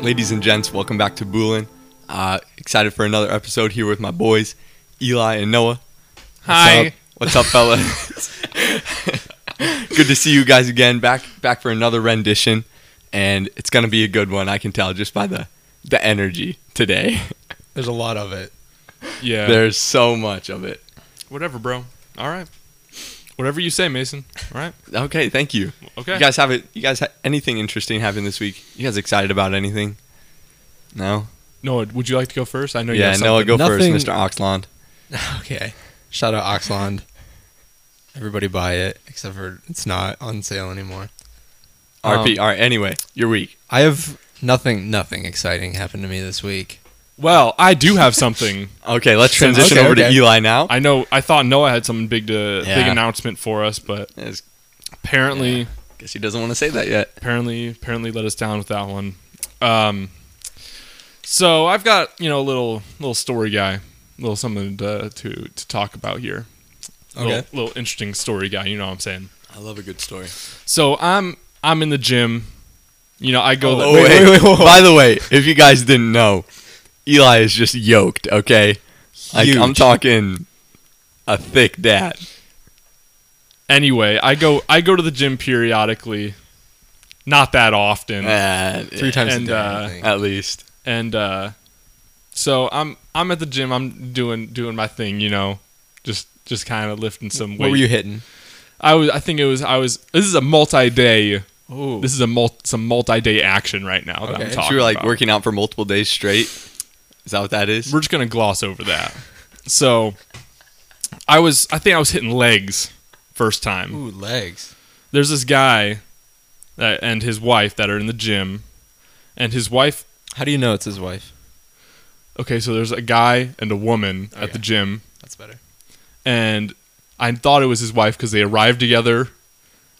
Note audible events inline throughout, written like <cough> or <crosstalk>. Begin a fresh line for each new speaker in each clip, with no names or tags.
Ladies and gents, welcome back to Boolin. Uh, excited for another episode here with my boys, Eli and Noah.
Hi.
What's up, What's up fellas? <laughs> good to see you guys again. Back back for another rendition, and it's gonna be a good one. I can tell just by the the energy today.
There's a lot of it.
Yeah.
There's so much of it.
Whatever, bro. All right. Whatever you say, Mason. All right.
Okay, thank you.
Okay.
You guys have it. You guys ha- anything interesting happen this week? You guys excited about anything? No.
Noah, would you like to go first? I know you
yeah,
have
Noah,
something. Um,
go
Nothing-
first, Mr. Oxland.
<laughs> Okay. Shout out Oxland. Everybody buy it, except for it's not on sale anymore. Um,
RP. All right. Anyway, your week.
I have nothing, nothing exciting happened to me this week.
Well, I do have something. <laughs>
Okay, let's
Sounds-
transition
okay,
over to
okay.
Eli now.
I know I thought Noah had something big to big
Yeah.
announcement for us, but
I
apparently
guess he doesn't want to say that yet.
apparently apparently let us down with that one. Um so I've got, you know, a little little story guy, little something to to, to talk about here.
Okay.
Little, little interesting story guy, you know what I'm saying.
I love a good story.
So I'm I'm in the gym. You know, I go
Oh,
wait,
wait,
wait, wait, whoa, whoa.
By the way, if you guys didn't know, Eli is just yoked. Okay, like, I'm
Huge.
talking a thick dad.
anyway, I go I go to the gym periodically, not that often,
Uh,
Three times
And,
a day.
uh,
I think.
at least.
and uh, so I'm I'm at the gym. I'm doing doing my thing, you know, just just kind of lifting some weight.
what were you hitting?
I was I think it was I was. This is a multi-day.
Oh,
This is a mul- some multi-day action right now that I'm
Okay.
talking
So you were like
about.
working out for multiple days straight. Is that what that is?
We're just gonna gloss over that. So, I was I think I was hitting legs first time.
ooh legs.
there's this guy that, and his wife that are in the gym and his wife
How do you know it's his wife?
okay so there's a guy and a woman at
Okay.
the gym
That's better.
and i thought it was his wife because they arrived together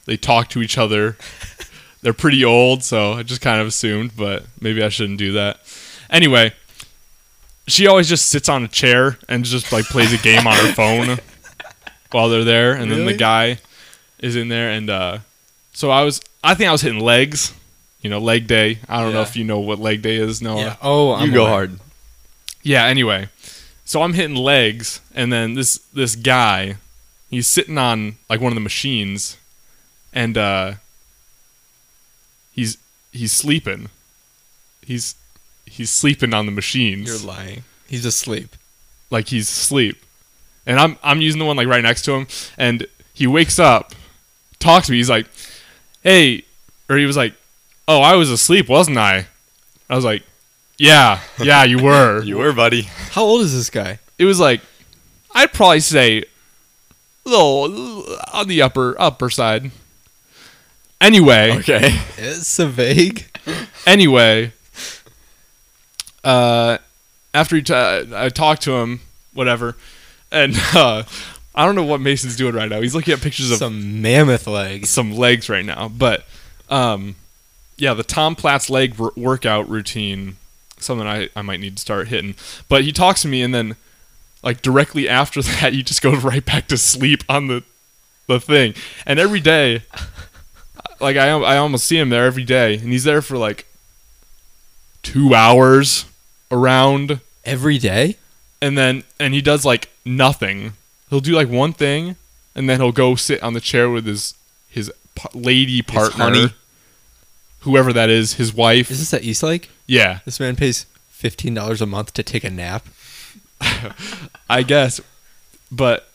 they talked to each
<laughs>
other they're pretty old so i just kind of assumed but maybe i shouldn't do that anyway she always just sits on a chair and just like plays a game on
<laughs>
her phone while they're there and then the
Really?
guy is in there and uh so i was i think i was hitting legs you know leg day i don't know
Yeah.
if you know what leg day is no
Yeah. Oh,
you
I'm
go
aware.
hard.
yeah, anyway. So I'm hitting legs and then this this guy, he's sitting on like one of the machines and uh he's he's sleeping. He's he's sleeping on the machines.
You're lying. He's asleep.
like he's asleep. And I'm I'm using the one like right next to him and he wakes up, talks to me, he's like, Hey or he was like, Oh, I was asleep, wasn't I? I was like, Yeah, yeah, you
<laughs>
were.
You were, buddy.
How old is this guy?
it was like I'd probably say little on the upper upper side. Anyway,
Okay.
It's a vague.
anyway, uh, after he t- uh, I talked to him, whatever, and <laughs> uh, I don't know what Mason's doing right now. He's looking at pictures of some,
Some mammoth legs.
legs right now, but um, yeah, the Tom Platz leg r- workout routine, something I I might need to start hitting. But he talks to me, and then like directly after <laughs> that, you just go right back to sleep on the the thing. And every day, <laughs> like I I almost see him there every day, and he's there for like two hours around,
Every day?
and then and he does like nothing. He'll do like one thing, and then he'll go sit on the chair with his his pa- lady partner,
honey.
whoever that is, his wife.
Is this at East Lake?
yeah,
This man pays fifteen dollars a month to take a nap.
I guess. But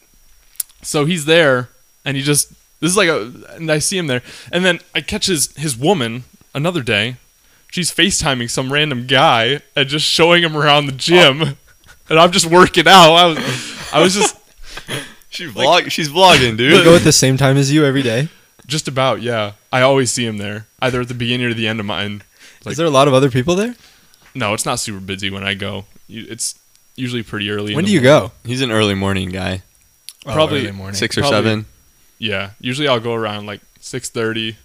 so he's there, and he just this is like a, and I see him there, and then I catch his his woman another day. She's FaceTiming some random guy and just showing him around the gym, and I'm just working out. I was, I was just
She vlog. she's vlogging,
They go
dude.
at the same time as you every day.
just about yeah. I always see him there, either at the beginning or the end of mine. Like-
is there a lot of other people there?
No, it's not super busy when I go. You- It's usually pretty early. in
When
the
do you
morning.
go?
He's an early morning guy.
Probably
Oh, early morning.
Six or
Probably-
seven.
Yeah, usually I'll go around like six thirty,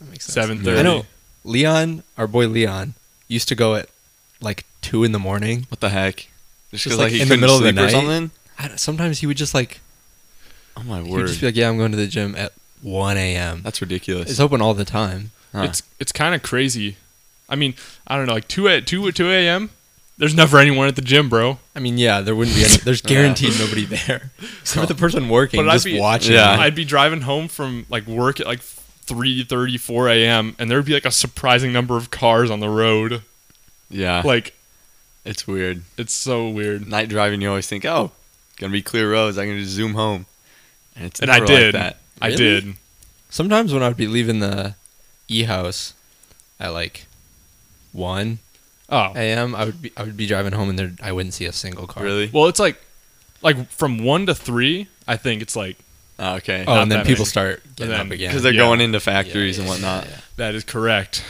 That makes sense.
seven thirty.
I know Leon, our boy Leon, used to go at like two in the morning.
What the heck? Just
Just,
'cause,
like,
like he
in the
couldn't
middle of the
sleep or
night?
something.
I don't- sometimes he would just like
Oh my
he would
word.
just be like, "Yeah, I'm going to the gym at 1 a.m."
That's ridiculous.
It's open all the time.
Huh.
It's it's kind of crazy. I mean, I don't know, like two at two at two a.m. There's never anyone at the gym, bro.
I mean, yeah, there wouldn't be any. There's
<laughs>
guaranteed nobody there except for the person working,
But I'd
just
be-
watching.
Yeah.
I'd be driving home from like work at like 3:30, 4 a.m. and there'd be like a surprising number of cars on the road.
Ah.
Yeah,
Like
it's weird.
it's so weird.
Night driving, you always think, oh, gonna be clear roads. I can just zoom home. And it's
And I
never like
did.
that.
I
Really?
did.
Sometimes when I'd be leaving the e house at like one
Oh.
a.m., I would be I would be driving home and there I wouldn't see a single car.
Really?
Well, it's like like from 1 to 3, I think it's like
Oh, okay.
Oh,
Not
and then
that
people
many.
start getting
then-
up again.
Because they're
Yeah.
going into
Yeah,
factories
yeah,
and whatnot.
yeah, yeah.
that is correct.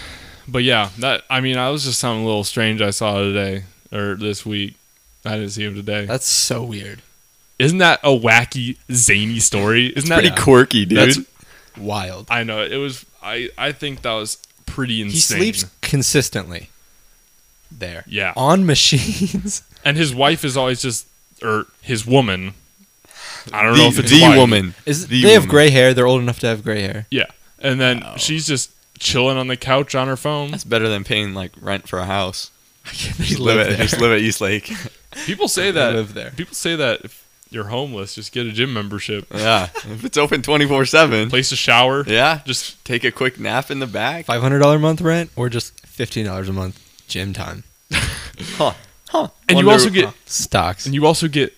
But yeah, that I mean, I was just something a little strange I saw today or this week. I didn't see him today.
That's so weird.
Isn't that a wacky, zany story? Isn't that
Pretty quirky, dude.
That's-
Wild.
I know it was. I I think that was pretty
He
insane.
sleeps consistently there.
Yeah.
On machines. <laughs>
and his wife is always just or his woman. I don't
the
know if it's
the
wife.
woman.
Is
The
they have
woman.
gray hair. They're old enough to have
<laughs>
gray hair.
Yeah, and then
Oh.
she's just chilling on the couch on her phone.
That's better than paying like rent for a house.
<laughs> they
Just live, at just live at East Lake.
People say that.
live there.
People say that if you're homeless, just get a gym membership,
yeah, if it's open twenty four seven.
place a shower.
Yeah,
Just
take a quick nap in the back.
Five hundred dollar a month rent or just fifteen dollars a month gym time.
Huh? Huh?
and you
Wonder-
also get
Stocks.
and you also get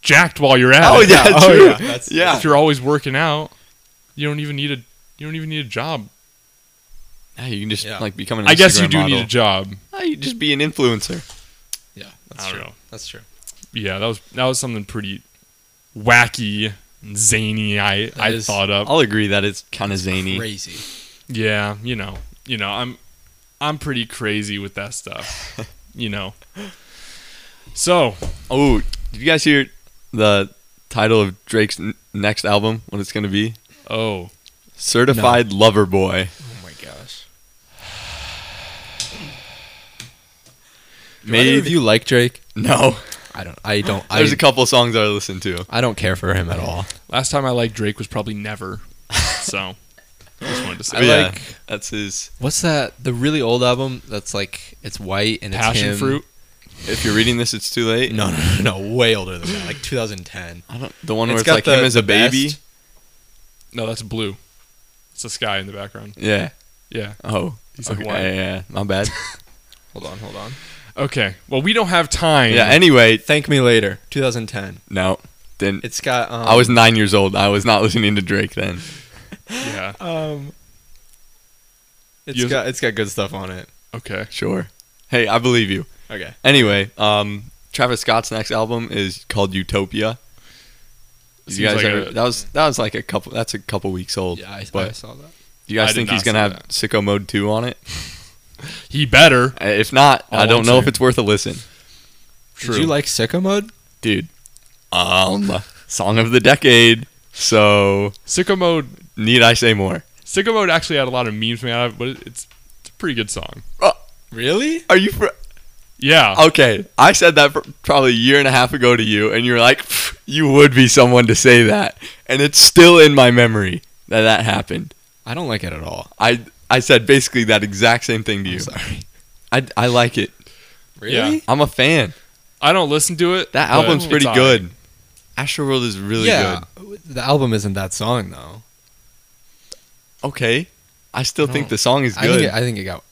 jacked while you're
<laughs>
at
Oh
it.
yeah,
Oh,
true.
yeah,
yeah.
<laughs> that's-
If you're always working out, you don't even need a you don't even need a job.
Yeah, you can just
Yeah.
like become an.
I guess you
Instagram
do
model.
need a job.
Oh, you just be an influencer.
yeah,
I don't know.
That's true.
Yeah, that was that was something pretty wacky, and zany. I I
is-
thought up.
I'll agree that it's kind of zany.
Crazy.
Yeah, you know, you know, I'm I'm pretty crazy with that
<laughs>
stuff. you know. So,
Oh, did you guys hear the title of Drake's n- next album? What it's gonna be?
oh,
Certified Lover Boy.
Oh my gosh. Do either
Made
of you like Drake?
no.
I don't. I don't.
<gasps>
I,
There's a couple songs I listen to.
I don't care for him at all.
last time I liked Drake was probably never. So, just wanted to
<laughs>
say
I
yeah,
like-
that's his.
What's that? The really old album that's like it's white and it's
passion
him-
fruit.
If you're reading this, it's too late.
No, no, no, no, way older than that. Like 2010.
I don't, the one
It's
where it's,
got
like
the-
him as a
the
baby.
best.
No, that's blue. It's the sky in the background.
Yeah.
Yeah.
Oh.
He's like,
okay.
"Why?"
yeah, yeah, yeah. My
<laughs>
bad.
Hold on, hold on.
Okay. Well, we don't have time.
yeah. Anyway,
Thank me later. 2010.
no. Then
It's got. Um,
I was nine years old. I was not <laughs> listening to Drake then.
yeah.
Um, it's
You-
got it's got good stuff on it.
Okay.
Sure. Hey, I believe you.
Okay.
Anyway, um, Travis Scott's next album is called Utopia.
Seems
you guys,
like
ever-
a-
that was that was like a couple. That's a couple weeks old.
Yeah, I,
but
I saw that.
do you
I
guys
did
think
not
he's gonna have
see that.
Sicko Mode Two on it?
He better.
Uh, If not,
I
I don't
want
know
to.
if it's worth a listen,
True.
Did you like Sicko Mode?
dude. Um, song of the decade. So
Sicko Mode.
need I say more?
Sicko Mode actually had a lot of memes made out of it, but it's it's a pretty good song.
Really?
Are you? Fr-
Yeah.
Oh.
okay, I said that pr- probably a year and a half ago to you, and you're like, "Pff, you would be someone to say that, and it's still in my memory that that happened.
I don't like it at all.
I I said basically that exact same thing to
I'm
you.
sorry.
I, I like it.
Really?
I'm a fan.
I don't listen to it.
That
but
album's
it's
pretty
all right.
good. Astroworld is really
yeah. The album isn't that song though.
good. Okay, I still think the song is
I think
good.
it, I think it got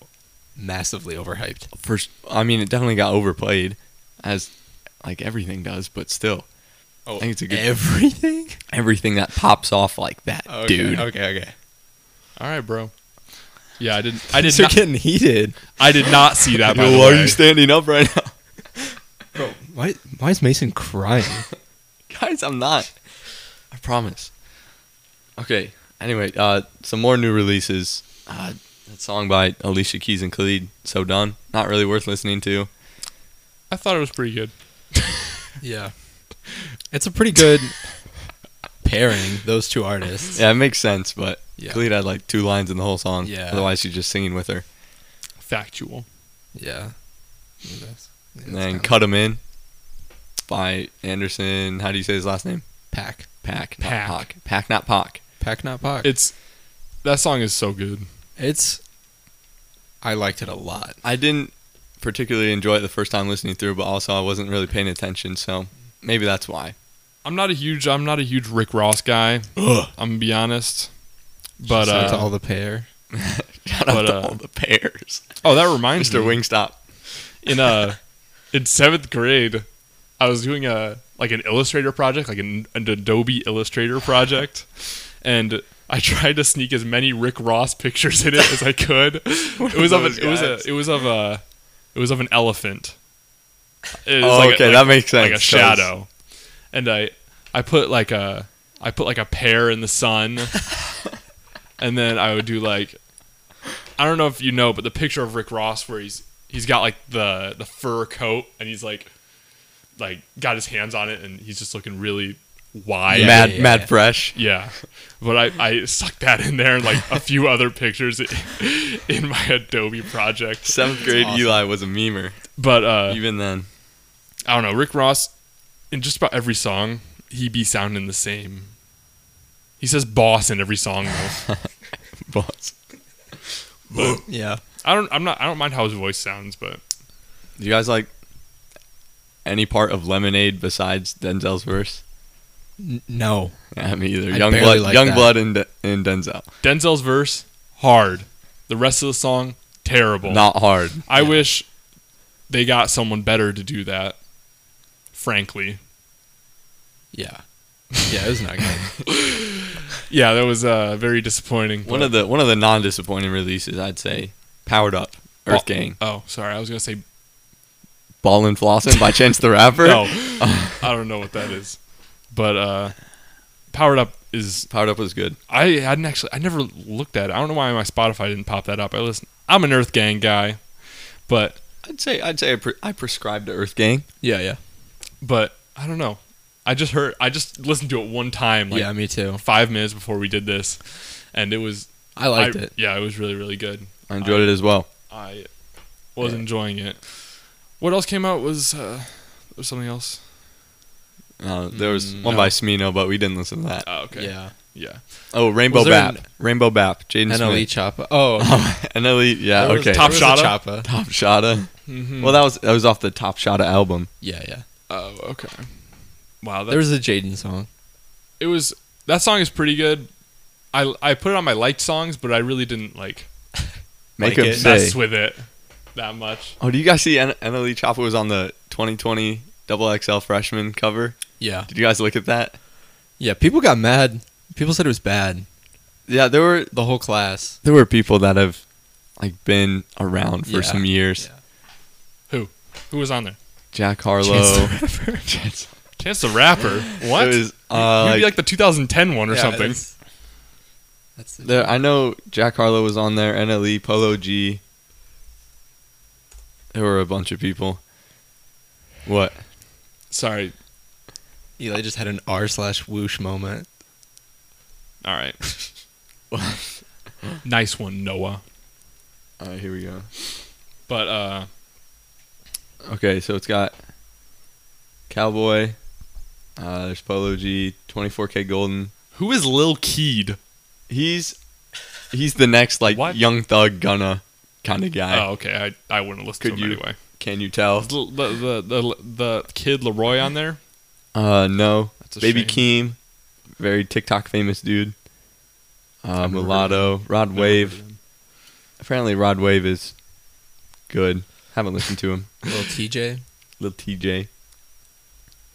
massively overhyped.
For s- I mean, it definitely got overplayed, as like everything does, but still
Oh,
think it's a good-
everything.
<laughs> everything that pops off like that, dude.
Okay. Okay.
All right, bro. Yeah, I didn't.
<laughs>
I did
They're
not.
getting heated.
I did not see
<laughs>
that. By
Yo,
the
why
way.
are you standing up right now,
Why? Why is Mason crying?
<laughs> guys? I'm not. I promise. Okay. Anyway, uh, some more new releases. Uh, that song by Alicia Keys and Khalid, "So Done," not really worth listening to.
I thought it was pretty good.
yeah. It's a pretty good pairing. Those two artists.
Yeah, it makes sense, but
Yeah.
Khalid had like two lines in the whole song.
Yeah.
Otherwise, she's just singing with her.
Factual.
Yeah. Yeah,
and then "Cut 'Em In by Anderson. How do you say his last name?
Pack.
Pack. Not
Pack.
Pac. Pack, not Pac.
Pack not pack.
It's that song is so good.
it's I liked it a lot.
I didn't particularly enjoy it the first time listening through, but also I wasn't really paying attention, so maybe that's why. <laughs>
I'm not a huge I'm not a huge Rick Ross guy. I'm gonna be honest. But
Shout out to
uh,
all the pair.
Shout out
But,
to
uh,
all the pairs.
oh, that reminds
Mr.
me.
Wingstop.
in uh in seventh grade, I was doing a like an Illustrator project, like an, an Adobe Illustrator project, and I tried to sneak as many Rick Ross pictures in it as
<laughs>
I could.
What
it
are
was of an,
those
it was a
guys?
it was of a it was of an elephant. It was
Oh,
like a-
okay,
like-
that makes sense.
like a
'cause-
shadow, and I I put like a I put like a pear in the
<laughs>
sun, and then I would do like I don't know if you know, but the picture of Rick Ross where he's he's got like the the fur coat and he's like like got his hands on it and he's just looking really wide.
Yeah,
mad,
yeah, yeah.
mad fresh.
Yeah, but I, I sucked that in there and like a few <laughs> other pictures in my Adobe project.
Seventh grade
awesome.
Eli was a memer.
But uh,
Even then,
I don't know, Rick Ross, in just about every song, he be sounding the same. He says boss in every song though.
boss.
Yeah.
I don't I'm not I don't mind how his voice sounds, but
Do you guys like any part of Lemonade besides Denzel's verse?
N- no.
Yeah, me either.
I
Young
barely
blood,
like
young
that.
blood, and De- and Denzel.
Denzel's verse, hard. The rest of the song, terrible.
Not hard.
I wish they got someone better to do that. Frankly.
Yeah. Yeah, it was not good.
Yeah, that was uh very disappointing.
One
but-
of the one of the non disappointing releases, I'd say, Powered Up, Earth
Oh,
Gang,
Oh, sorry, I was
<laughs>
gonna say
Ball and Flossin' by Chance the
<laughs>
Rapper. <laughs>
no. I don't know what that is. But uh Powered Up is
Powered Up was good.
I hadn't actually. I never looked at it. I don't know why my Spotify didn't pop that up. I listen. I'm an Earth Gang guy, but
I'd say I'd say I, pre- I prescribed to Earth Gang.
Yeah, yeah.
but I don't know. I just heard. I just listened to it one time, like
yeah, me too.
five minutes before we did this, and it was.
I liked
I-
it.
Yeah, it was really really good.
I enjoyed it as well.
I was
Yeah.
enjoying it. What else came out was uh, was something else.
Uh, there was
Mm,
one
no.
by Smino, but we didn't listen to that.
Oh, okay.
Yeah.
Yeah.
Oh, Rainbow
Was there an- E
Bap, Rainbow Bap, Jaden
NLE
Smith,
Choppa. Oh,
oh, NLE. Yeah,
there was- Hmm.
okay.
there
Top
was a
Shotta?
<laughs>
Choppa.
Top Shotta.
Mm-hmm.
Well, that was that was off the Top Shotta album.
Yeah, yeah.
Oh, okay. Wow. That,
There was a Jaden song.
it was that song is pretty good. I I put it on my liked songs, but I really didn't like
Make
Like
him
it.
say.
mess with it that much.
Oh, do you guys see N- NLE Choppa was on the 2020 Double XL freshman cover?
Yeah.
Did you guys look at that?
Yeah, people got mad. People said it was bad.
Yeah, there were
The whole class.
there were people that have like been around for
Yeah.
some years.
Yeah.
Who was on there?
Jack Harlow. <laughs> Chance-
Chance the Rapper.
<laughs>
What?
It was, uh,
Maybe
like,
like the 2010 one or
Yeah,
something.
That's, that's the,
there, I know Jack Harlow was on there. NLE, Polo G. There were a bunch of people. What?
Sorry.
Eli just had an R slash whoosh moment.
All right.
<laughs>
nice one, Noah.
All right, here we go.
But uh,
Okay, so it's got Cowboy. Uh, there's Polo G, 24K Golden.
who is Lil Keed?
He's he's the next like
What?
young thug gunna kind of guy.
Oh, okay. I, I wouldn't listen
Could
to him
you-
anyway.
Can you tell?
Was The, the, the, the, the kid Leroy on there?
Uh, no.
That's a
Baby
shame.
Keem, very TikTok famous dude. Uh,
I've never heard of
Mulatto, Rod
Never heard
Wave.
of him.
Apparently, Rod Wave is good. Haven't listened to him.
Little TJ.
Lil TJ,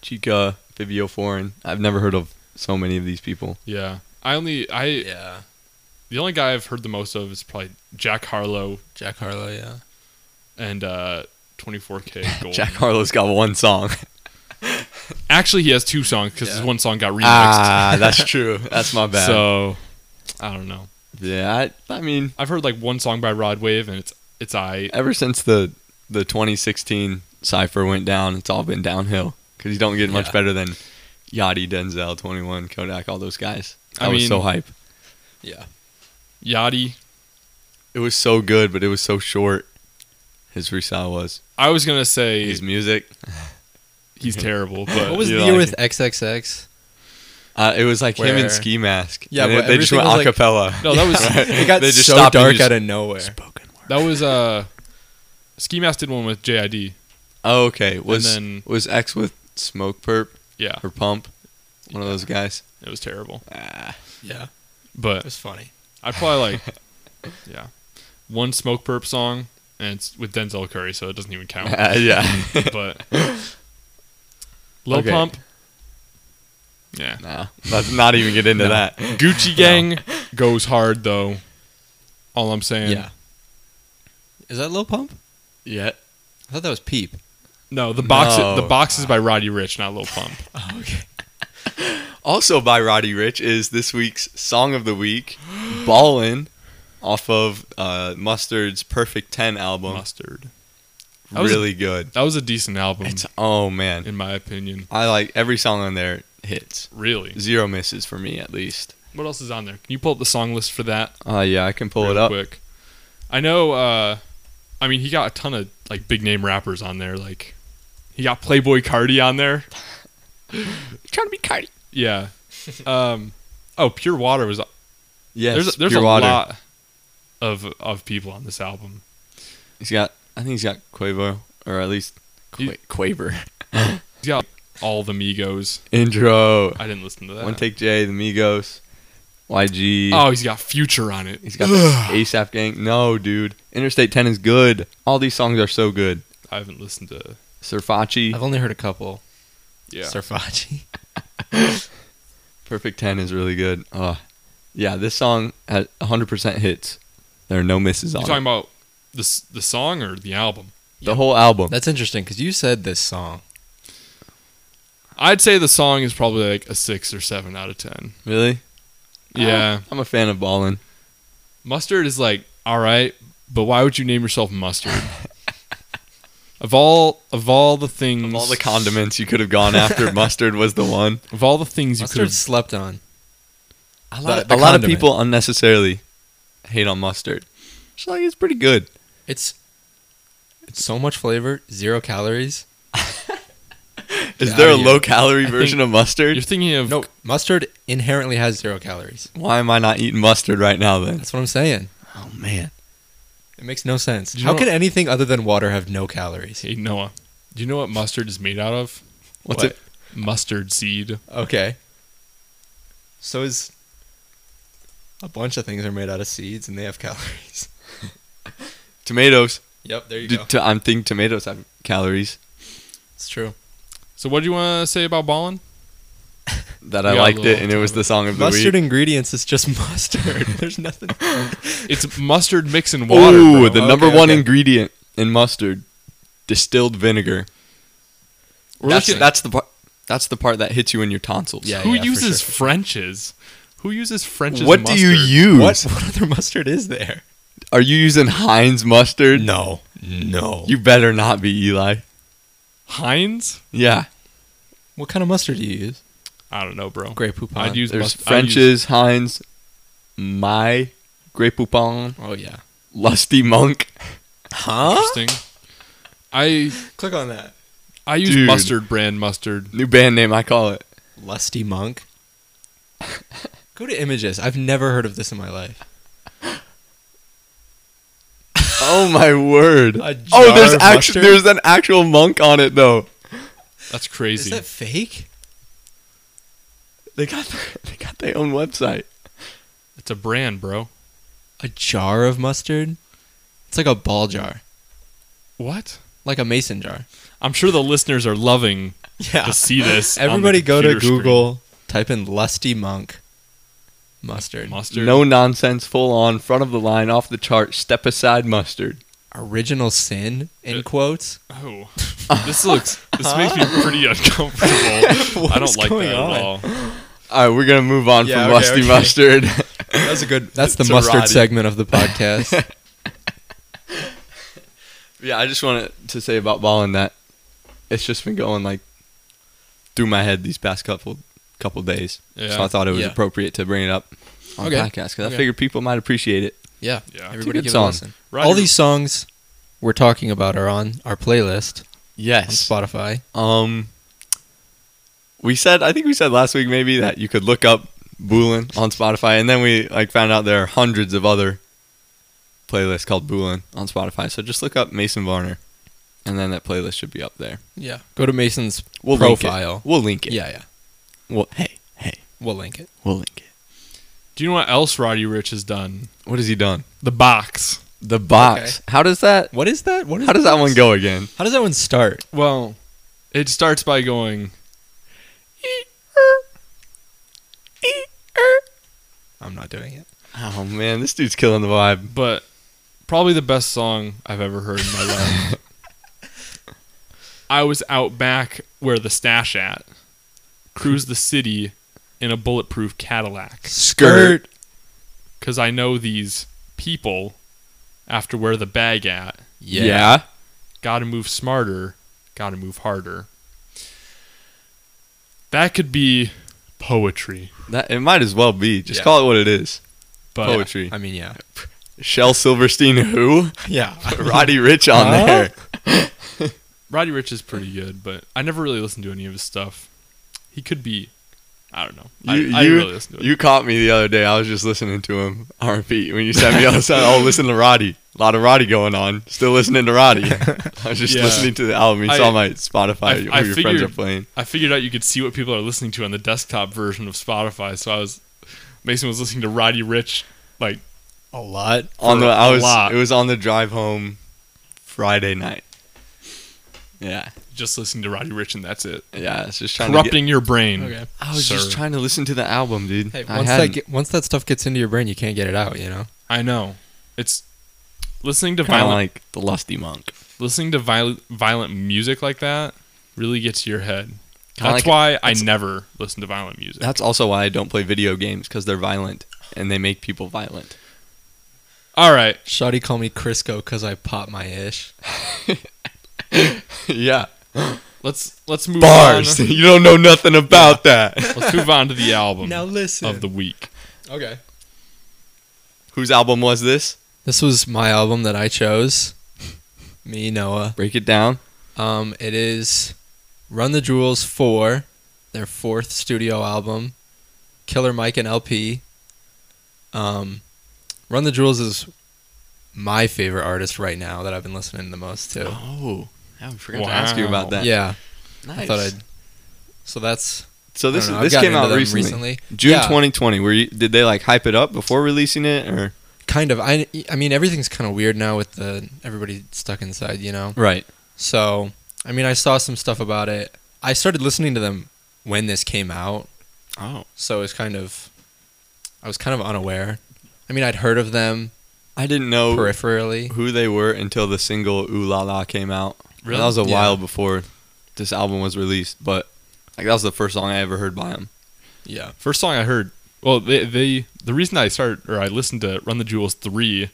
Chica, Vivio Foreign. I've never heard of so many of these people.
Yeah. I only I
Yeah.
the only guy I've heard the most of is probably Jack Harlow
Jack Harlow, yeah.
and uh
<laughs>
24K Gold.
Jack Harlow's got one song. <laughs>
Actually, he has two songs because
Yeah.
his one song got remixed.
ah, that's true. That's <laughs> my bad.
So I don't know.
yeah, I, I mean,
I've heard like one song by Rod Wave, and it's it's I.
ever since the the 2016 cipher went down, it's all been downhill because you don't get much
Yeah.
better than Yachty, Denzel, 21, Kodak, all those guys. I
I
was
mean-
so hype.
Yeah.
Yachty.
It was so good, but it was so short. His freestyle was
I was gonna say
his
he's,
music. <laughs>
terrible, but
What was the
you
year
like
with
it.
XXX?
Uh, it was like him
Where-
and Ski Mask.
Yeah,
And
but
they, they just
everything
went
was like-
acapella.
no, that was
<laughs> Right.
<laughs> It got
They just
so
stopped and
dark
just-
out of nowhere.
spoken word.
That was uh, Ski Mask did one with JID.
Oh, okay. Was
then-
was X with Smoke Perp
Yeah,
or Pump? One of those guys.
it was terrible.
Ah,
Yeah, it
But
was funny.
I probably like, <laughs> yeah, one Smoke Perp song, and it's with Denzel Curry, so it doesn't even <laughs>
<laughs>
count.
yeah.
but Lil
Okay.
Pump, yeah,
nah, let's not even get into
<laughs> No.
that.
Gucci Gang goes hard though. All I'm saying,
yeah. Is that Lil Pump?
Yeah.
I thought that was Peep.
No, the box
No.
the box is by Roddy Rich, not Lil Pump.
Oh, okay.
Also by Roddy Rich is this week's song of the week, "Ballin," off of uh, Mustard's Perfect Ten album.
Mustard. That was-
really good.
That was a decent album,
It's oh man,
in my opinion.
I like every song on there hits.
Really.
Zero misses for me at least.
What else is on there? Can you pull up the song list for that?
Uh, yeah, I can pull
real
it up.
quick. I know. uh I mean, he got a ton of like big name rappers on there. Like, he got Playboy Cardi
<laughs>
on there.
Trying to be Cardi.
Yeah. Um. Oh, Pure Water was
Yes,
there's there's
Pure
a
Water.
lot of of people on this album.
He's got, I think he's got Quavo, or at least Qua-
He- <laughs>
Quaver.
He's got all the Migos.
Intro.
I didn't listen to that.
One Take J, The Migos, YG.
Uh, Oh, he's got Future on it.
He's got the ASAP Gang. No, dude. Interstate 10 is good. All these songs are so good.
I haven't listened to.
Surfaci.
I've only heard a couple.
Yeah.
Sarfachi.
Perfect 10 is really good. Uh, yeah, this song had 100% hits. There are no misses
You
on
talking
it.
about the s- the song or the album?
The whole album.
That's interesting because you said this song.
I'd say the song is probably like a six or seven out of ten.
Really? Oh.
Yeah,
I'm a fan of Ballin.
mustard is like all right, but why would you name yourself
<laughs>
mustard? of all of all the things,
Of all the condiments you could have gone after, mustard was the one.
of all the things you could
Mustard slept on. A
But a lot of people unnecessarily hate on mustard. It's like it's pretty good.
It's it's so much flavor, zero calories.
Is
outta
there a
here.
low calorie
I
version
think-
of mustard?
you're thinking of
No, mustard inherently has zero calories.
Why am I not eating mustard right now then?
That's what I'm saying.
Oh man.
It makes no sense.
Do you
How
know-
can anything other than water have no calories?
Hey Noah, do you know what mustard is made out of?
What's
What?
it?
Mustard seed.
Okay. So is a bunch of things are made out of seeds and they have <laughs> calories.
Tomatoes.
Yep, there you
D- to- I'm thinking tomatoes have calories
It's true.
So what do you want to say about ballin?
that
We
I
got a
liked it
little
and it was the song of the
Mustard
week.
ingredients is just <laughs> mustard. There's nothing.
It's mustard mix and water.
Ooh,
bro.
the
Oh, Okay,
number one
okay.
ingredient in mustard, distilled vinegar.
We're
that's,
looking-
that's the part. That's the part that hits you in your tonsils.
Yeah,
Who
for
uses
sure.
French's? Who uses French's?
What do you
mustard?
use?
What, what other mustard is there?
Are you using Heinz mustard?
No, no.
You better not be Eli.
Heinz?
Yeah.
what kind of mustard do you use?
I don't know, bro.
Grey poupon.
I'd use
There's
must- I'd use-
French's, Heinz, my Grey Poupon,
Oh yeah.
Lusty Monk.
Huh?
Interesting. I
Click on that.
I use
Dude.
mustard brand mustard.
New band name, I call it.
Lusty monk. <laughs> Go to images. I've never heard of this in my life.
Oh my word.
A
Oh,
jar
there's
of
actually
mustard?
there's an actual monk on it though.
That's
Is
crazy.
that fake?
They got their, they got their own website.
it's a brand, bro.
A jar of mustard? It's like a ball jar,
What?
like a mason jar.
I'm sure the listeners are loving
Yeah.
to see
<laughs>
this. on the
Uh, Everybody go to
computer
Google, type in lusty monk mustard.
screen. mustard.
No nonsense, full on, front of the line, off the chart, step aside mustard.
Original sin in
Uh,
quotes.
Oh, this looks. This makes me
<laughs>
pretty uncomfortable. I
What's
don't like
going
that
on?
at all.
All right, we're gonna move on
Yeah,
from
okay,
Lusty
okay.
Mustard. <laughs>
That's a good. That's the
It's a
mustard
Roddy.
segment of the podcast.
yeah, I just wanted to say about Ballin that it's just been going like through my head these past couple couple days.
Yeah.
So I thought it was
Yeah.
appropriate to bring it up on
Okay.
the podcast because
Okay.
I figured people might appreciate it.
yeah.
Yeah.
Everybody
It's a good
give it a
song.
listen.
Roddy-
All these songs we're talking about are on our playlist on
Yes.
Spotify.
Um, we said I think we said last week maybe that you could look up Boolin on Spotify, and then we like found out there are hundreds of other playlist called Boolin on Spotify. So just look up Mason Varner, and then that playlist should be up there.
Yeah. Go to Mason's
We'll
profile.
Link it. We'll link it.
Yeah, yeah.
Well, hey, hey,
We'll link it.
we'll link it.
Do you know what else Roddy Rich has done?
What has he done?
The box.
The box. How does that?
What is that? What is
How does that
this?
one go again?
How does that one start?
Well, it starts by going.
I'm not doing it.
Oh man, this dude's killing the vibe.
but probably the best song I've ever heard in my
<laughs>
life. I was out back where the stash at, cruise the city in a bulletproof Cadillac,
Skirt.
cause I know these people after where the bag at.
Yeah.
Gotta move smarter, gotta move harder. That could be poetry,
That it might as well be. Just
Yeah.
call it what it is.
but
Poetry.
I mean, yeah.
Shel Silverstein, who?
<laughs> Yeah.
Roddy Rich on
Huh?
there.
Roddy Rich is pretty good, but I never really listened to any of his stuff. He could be, I don't know. I,
You,
I
you,
really listen to it.
you caught me the other day. I was just listening to him on repeat when you sent me all the time. Oh, listen to Roddy. A lot of Roddy going on. Still listening to
<laughs>
Roddy. I was just
Yeah.
listening to the album. You
I-
saw my Spotify.
I-
where
I
your friends are
figured-
playing.
I figured out you could see what people are listening to on the desktop version of Spotify. So I was, Mason was listening to Roddy Rich, like
A lot.
On the
for
I
a
was.
lot.
It was on the drive home Friday night. Yeah,
just listening to Roddy Rich, and that's it.
yeah. It's just trying to. Get,
Corrupting your brain.
Okay.
I was
sir.
just trying to listen to the album, dude.
Hey,
I
once that
hadn't.
get, once that stuff gets into your brain, you can't get it out. You know.
I know. It's listening to
kind of
violent,
like the Lusty Monk.
listening to violent, violent music like that really gets to your head.
Kinda
that's
like-
why I
it's-
never listen to violent music.
That's also why I don't play video games because they're violent and they make people violent. <laughs>
All right.
Shotty called me Crisco because I pop my ish.
yeah,
Let's let's move
bars. <laughs>
on.
you don't know nothing about that.
Let's move on to the album
listen.
of the week.
okay.
<laughs> Whose album was this?
This was my album that I chose. me, Noah.
Break it down.
Um, it is Run the Jewels 4, their fourth studio album. Killer Mike and LP. Um, Run the Jewels is my favorite artist right now that I've been listening the most to.
Oh, I forgot to ask you
Wow.
about that.
Yeah,
nice.
I thought I'd. So that's
so
I
this
don't know, I've
this
gotten
came
into
out
them
recently. June
Yeah.
2020. Were you, did they like hype it up before releasing it or
Kind of. I, I mean, everything's kind of weird now with the everybody stuck inside, you know.
right?
So, I mean, I saw some stuff about it. I started listening to them when this came out,
Oh,
so it's kind of I was kind of unaware. I mean, I'd heard of them
I didn't know
peripherally.
who they were until the single "Ooh La La" came out. And
Really?
that was a
Yeah.
while before this album was released, but like that was the first song I ever heard by them.
Yeah.
First song I heard. Well, they they the reason I started or I listened to Run the Jewels three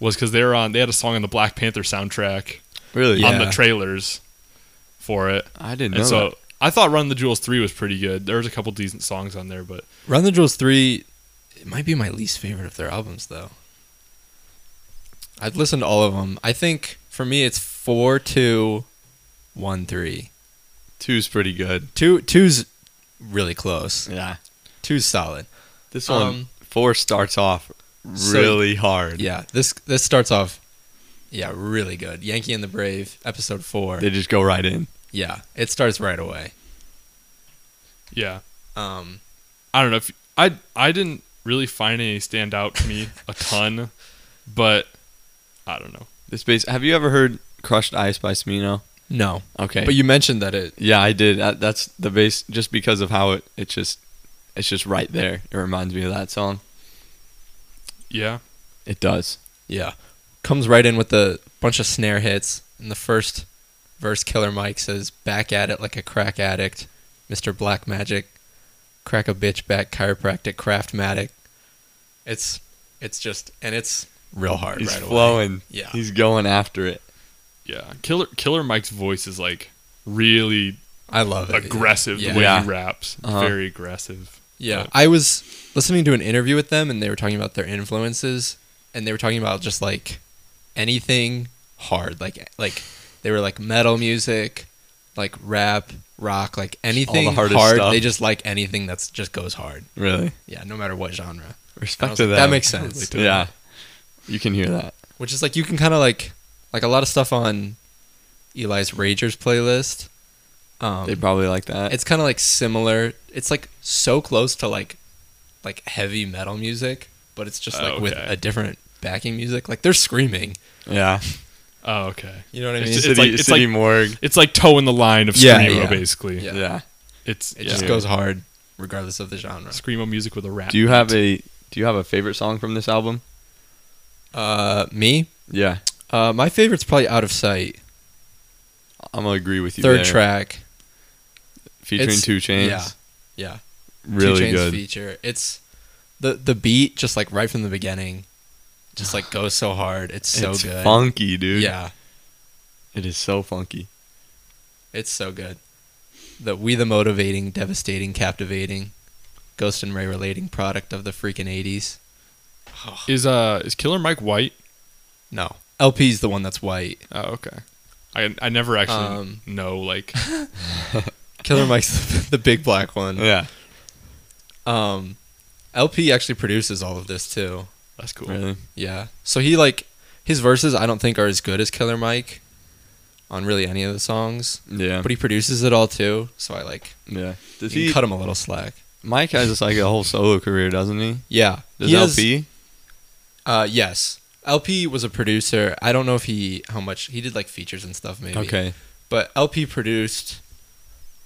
was because they were on. They had a song on the Black Panther soundtrack
Really?
on the
Yeah.
trailers for it,
I didn't
and
know.
so
that.
I thought Run the Jewels three was pretty good. There was a couple decent songs on there, but
Run the Jewels 3 it might be my least favorite of their albums though. I've listened to all of them. I think for me it's 4 2 1 3.
Two's pretty good.
2 2's really close.
Yeah.
2's solid.
This one
Um,
four starts off
So-
really hard.
Yeah, this this starts off yeah, really good. Yankee and the Brave episode 4.
They just go right in.
Yeah, it starts right away.
yeah,
Um,
I don't know if I I didn't really find any stand out to me a ton, but I don't know.
This bass. Have you ever heard "Crushed Ice" by Smino?
no,
Okay.
but you mentioned that it.
yeah, I did. Uh, That's the bass, just because of how it it's just it's just right there. It reminds me of that song.
Yeah,
It does.
Yeah, comes right in with a bunch of snare hits. In the first verse, Killer Mike says, "Back at it like a crack addict, Mister Black Magic, crack a bitch back chiropractic craftmatic." It's it's just and it's real hard.
He's
right away.
flowing.
Yeah.
He's going after it.
yeah. Killer Killer Mike's voice is like really
I love it.
aggressive
Uh, Yeah.
the way
Yeah.
he raps.
Uh-huh.
Very aggressive.
Yeah,
But-
I was listening to an interview with them, and they were talking about their influences, and they were talking about just like anything hard, like like they were like metal music, like rap, rock, like anything
hardest
hard.
stuff.
They just like anything that's just goes hard.
Really.
Yeah, no matter what genre. I
Respect
was
to
like,
that.
that makes sense.
Yeah. You can hear that.
which is like you can kind of like like a lot of stuff on Eli's Ragers playlist. Um,
They probably like
Uh,
that.
it's kind of like similar. It's like so close to like like heavy metal music, but it's just like with
Okay.
a different backing music. Like they're screaming.
yeah.
Oh, okay.
You know what I mean?
It's
It's,
just-
City,
like- it's
City
like-
Morgue.
It's like toeing the line of
Yeah,
screamo,
yeah.
basically.
Yeah.
Yeah.
It's
it
yeah.
just goes hard, regardless of the genre.
screamo music with a rap.
Do you have
beat.
a Do you have a favorite song from this album?
Uh, me,
Yeah,
uh, my favorite's probably Out of Sight,
I'm gonna agree with you.
third
there.
track.
featuring
It's-
Two Chains.
Yeah, yeah.
really
Two Chainz
good.
feature. It's the the beat just like right from the beginning, just like goes so hard. It's so
it's
good.
funky, dude.
Yeah,
it is so funky.
it's so good. The we the motivating, devastating, captivating, Ghost and Ray relating product of the freaking eighties.
Is uh is Killer Mike white?
No, LP's the one that's white.
Oh, okay. I I never actually
Um,
know like
<laughs>
Killer Mike's the, the big black one.
Yeah,
Um, LP actually produces all of this too.
that's cool.
really.
Yeah. So he like his verses I don't think are as good as Killer Mike on really any of the songs,
Yeah,
but he produces it all too. So I like
yeah. Does
you
he?
can cut him a little slack.
Mike has just like a whole solo career, doesn't he?
Yeah.
Does
He has-
LP?
uh yes. LP was a producer. I don't know if he how much he did like features and stuff maybe.
Okay.
But LP produced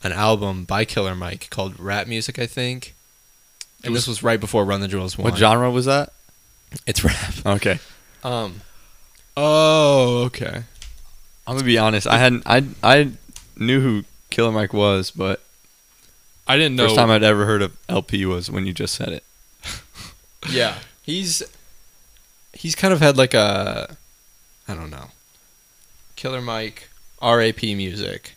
an album by Killer Mike called Rap Music, I think. And this was right before Run the Jewels one.
What genre was that?
It's rap.
Okay.
Um,
Oh, okay.
I'm gonna be honest. I hadn't. I I knew who Killer Mike was, but
I didn't know.
first time I'd ever heard of LP was when you just said it.
yeah, he's he's kind of had like a I don't know, Killer Mike RAP music,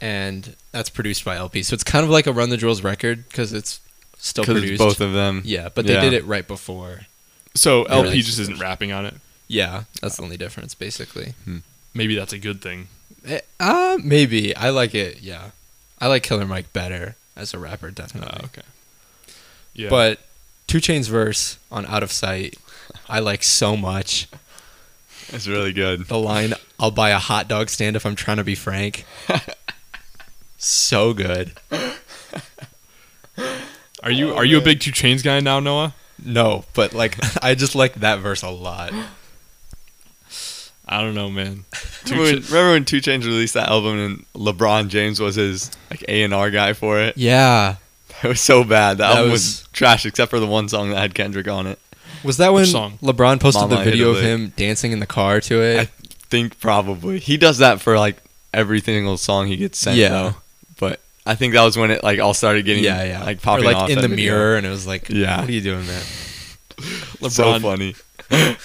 and that's produced by LP. So it's kind of like a Run the Jewels record because it's still
Because
produced.
it's both of them.
yeah, but they
Yeah.
did it right before.
so LP
Really?
just isn't rapping on it.
Yeah, that's the only difference, basically.
Maybe that's a good thing.
Eh, Uh, maybe I like it. Yeah, I like Killer Mike better as a rapper, definitely.
Oh, okay. Yeah.
But Two Chain's verse on Out of Sight, I like so much.
It's really good.
The line, I'll buy a hot dog stand if I'm trying to be frank. so good.
are you are you a big Two Chains guy now, Noah?
No, but like <laughs> I just like that verse a lot.
I don't know, man. <laughs> Two
remember, when,
Ch-
remember when Two Chains released that album and LeBron James was his like A and R guy for it? <laughs>
Yeah.
It was so bad. That,
That
album
was-
was, trash, except for the one song that had Kendrick on it.
Was that when
Which song?
LeBron posted
Mama, I
the
Hit
video
a
of
Lick.
him dancing in the car to it?
I think probably he does that for like every single song he gets sent.
Yeah.
Yeah, but I think that was when it like all started getting
yeah, yeah.
like popping
or like
off
in
that
the
video.
mirror, and it was like,
Yeah.
what are you doing, man?
So
LeBron.
funny.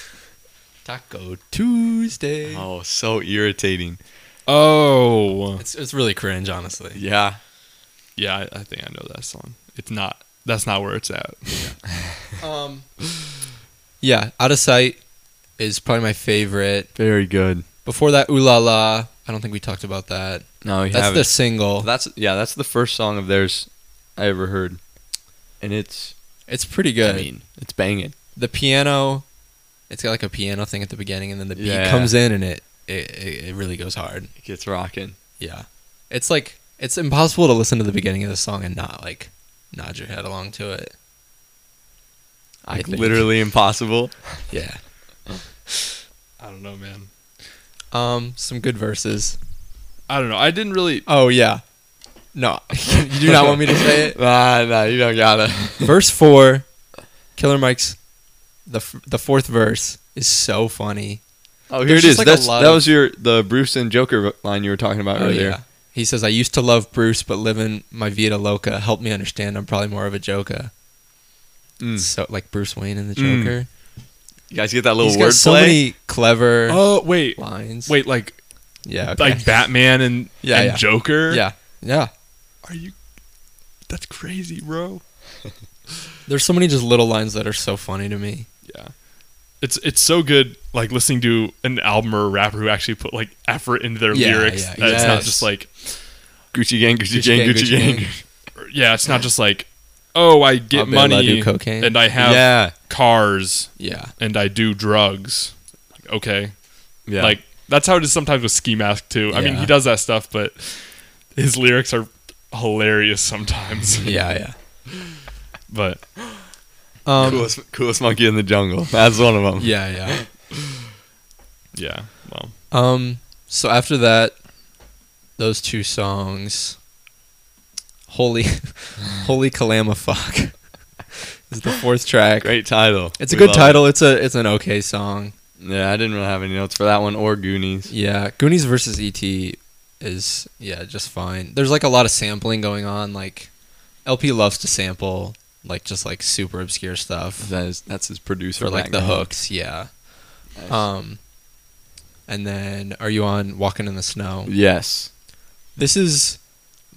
Taco Tuesday.
Oh, so irritating.
oh.
It's it's really cringe, honestly.
Yeah.
Yeah, I, I think I know that song. It's not. That's not where it's at.
Um, yeah, out of sight is probably my favorite.
Very good.
Before that, ooh la la. I don't think we talked about that.
No, you
That's
haven't.
the single.
That's yeah. That's the first song of theirs I ever heard, and it's
It's pretty good.
I mean, it's banging.
the piano, it's got like a piano thing at the beginning, and then the beat
Yeah.
comes in, and it, it it it really goes hard.
It gets rocking.
Yeah, it's like it's impossible to listen to the beginning of the song and not like nod your head along to it. I
Like
think.
literally impossible.
<laughs> Yeah.
I don't know, man.
Um, some good verses.
I don't know. I didn't really.
Oh yeah. No, <laughs> you do not want me to say
<laughs>
it.
Nah, nah, you don't gotta.
<laughs> verse four, Killer Mike's the f- the fourth verse is so funny.
Oh, here
There's
it
just
is.
like a
That's,
lot
that
of-
was your the Bruce and Joker line you were talking
Oh,
about earlier.
He says, "I used to love Bruce, but living my vida loca helped me understand I'm probably more of a joker."
Mm.
So like Bruce Wayne and the
Mm.
Joker.
You guys get that little
He's got
wordplay?
so many clever
Oh wait,
lines.
wait, like
yeah, okay.
like Batman and
Yeah,
and
yeah.
Joker.
yeah, yeah.
Are you? That's crazy, bro.
There's so many just little lines that are so funny to me.
Yeah. It's it's so good like listening to an album or a rapper who actually put like effort into their
Yeah,
lyrics.
yeah,
that It's not
yes.
just like
Gucci gang, Gucci,
Gucci
gang,
gang,
Gucci
Gucci
gang.
gang.
yeah, it's not just like oh, I get
I'll bet I
money
do cocaine.
and I have
yeah,
cars
yeah,
and I do drugs. okay.
Yeah.
Like that's how it is sometimes with Ski Mask too. I mean,
Yeah.
he does that stuff, but his lyrics are hilarious sometimes.
<laughs> Yeah, yeah.
But
Um,
coolest, coolest monkey in the jungle. <laughs> That's one of them.
Yeah, yeah.
yeah, well,
Um, so after that, those two songs, "Holy, <laughs> Holy Kalama Fuck," <laughs> is the fourth track.
Great title.
It's a
We
good
love
title. It's a it's an okay song.
it. Yeah, I didn't really have any notes for that one or Goonies.
Yeah, Goonies versus ET is yeah just fine. There's like a lot of sampling going on. Like LP loves to sample like just like super obscure stuff
That is, that's his producer.
for like the
background.
hooks. Yeah.
Nice.
Um, and then are you on Walking in the Snow?
yes,
This is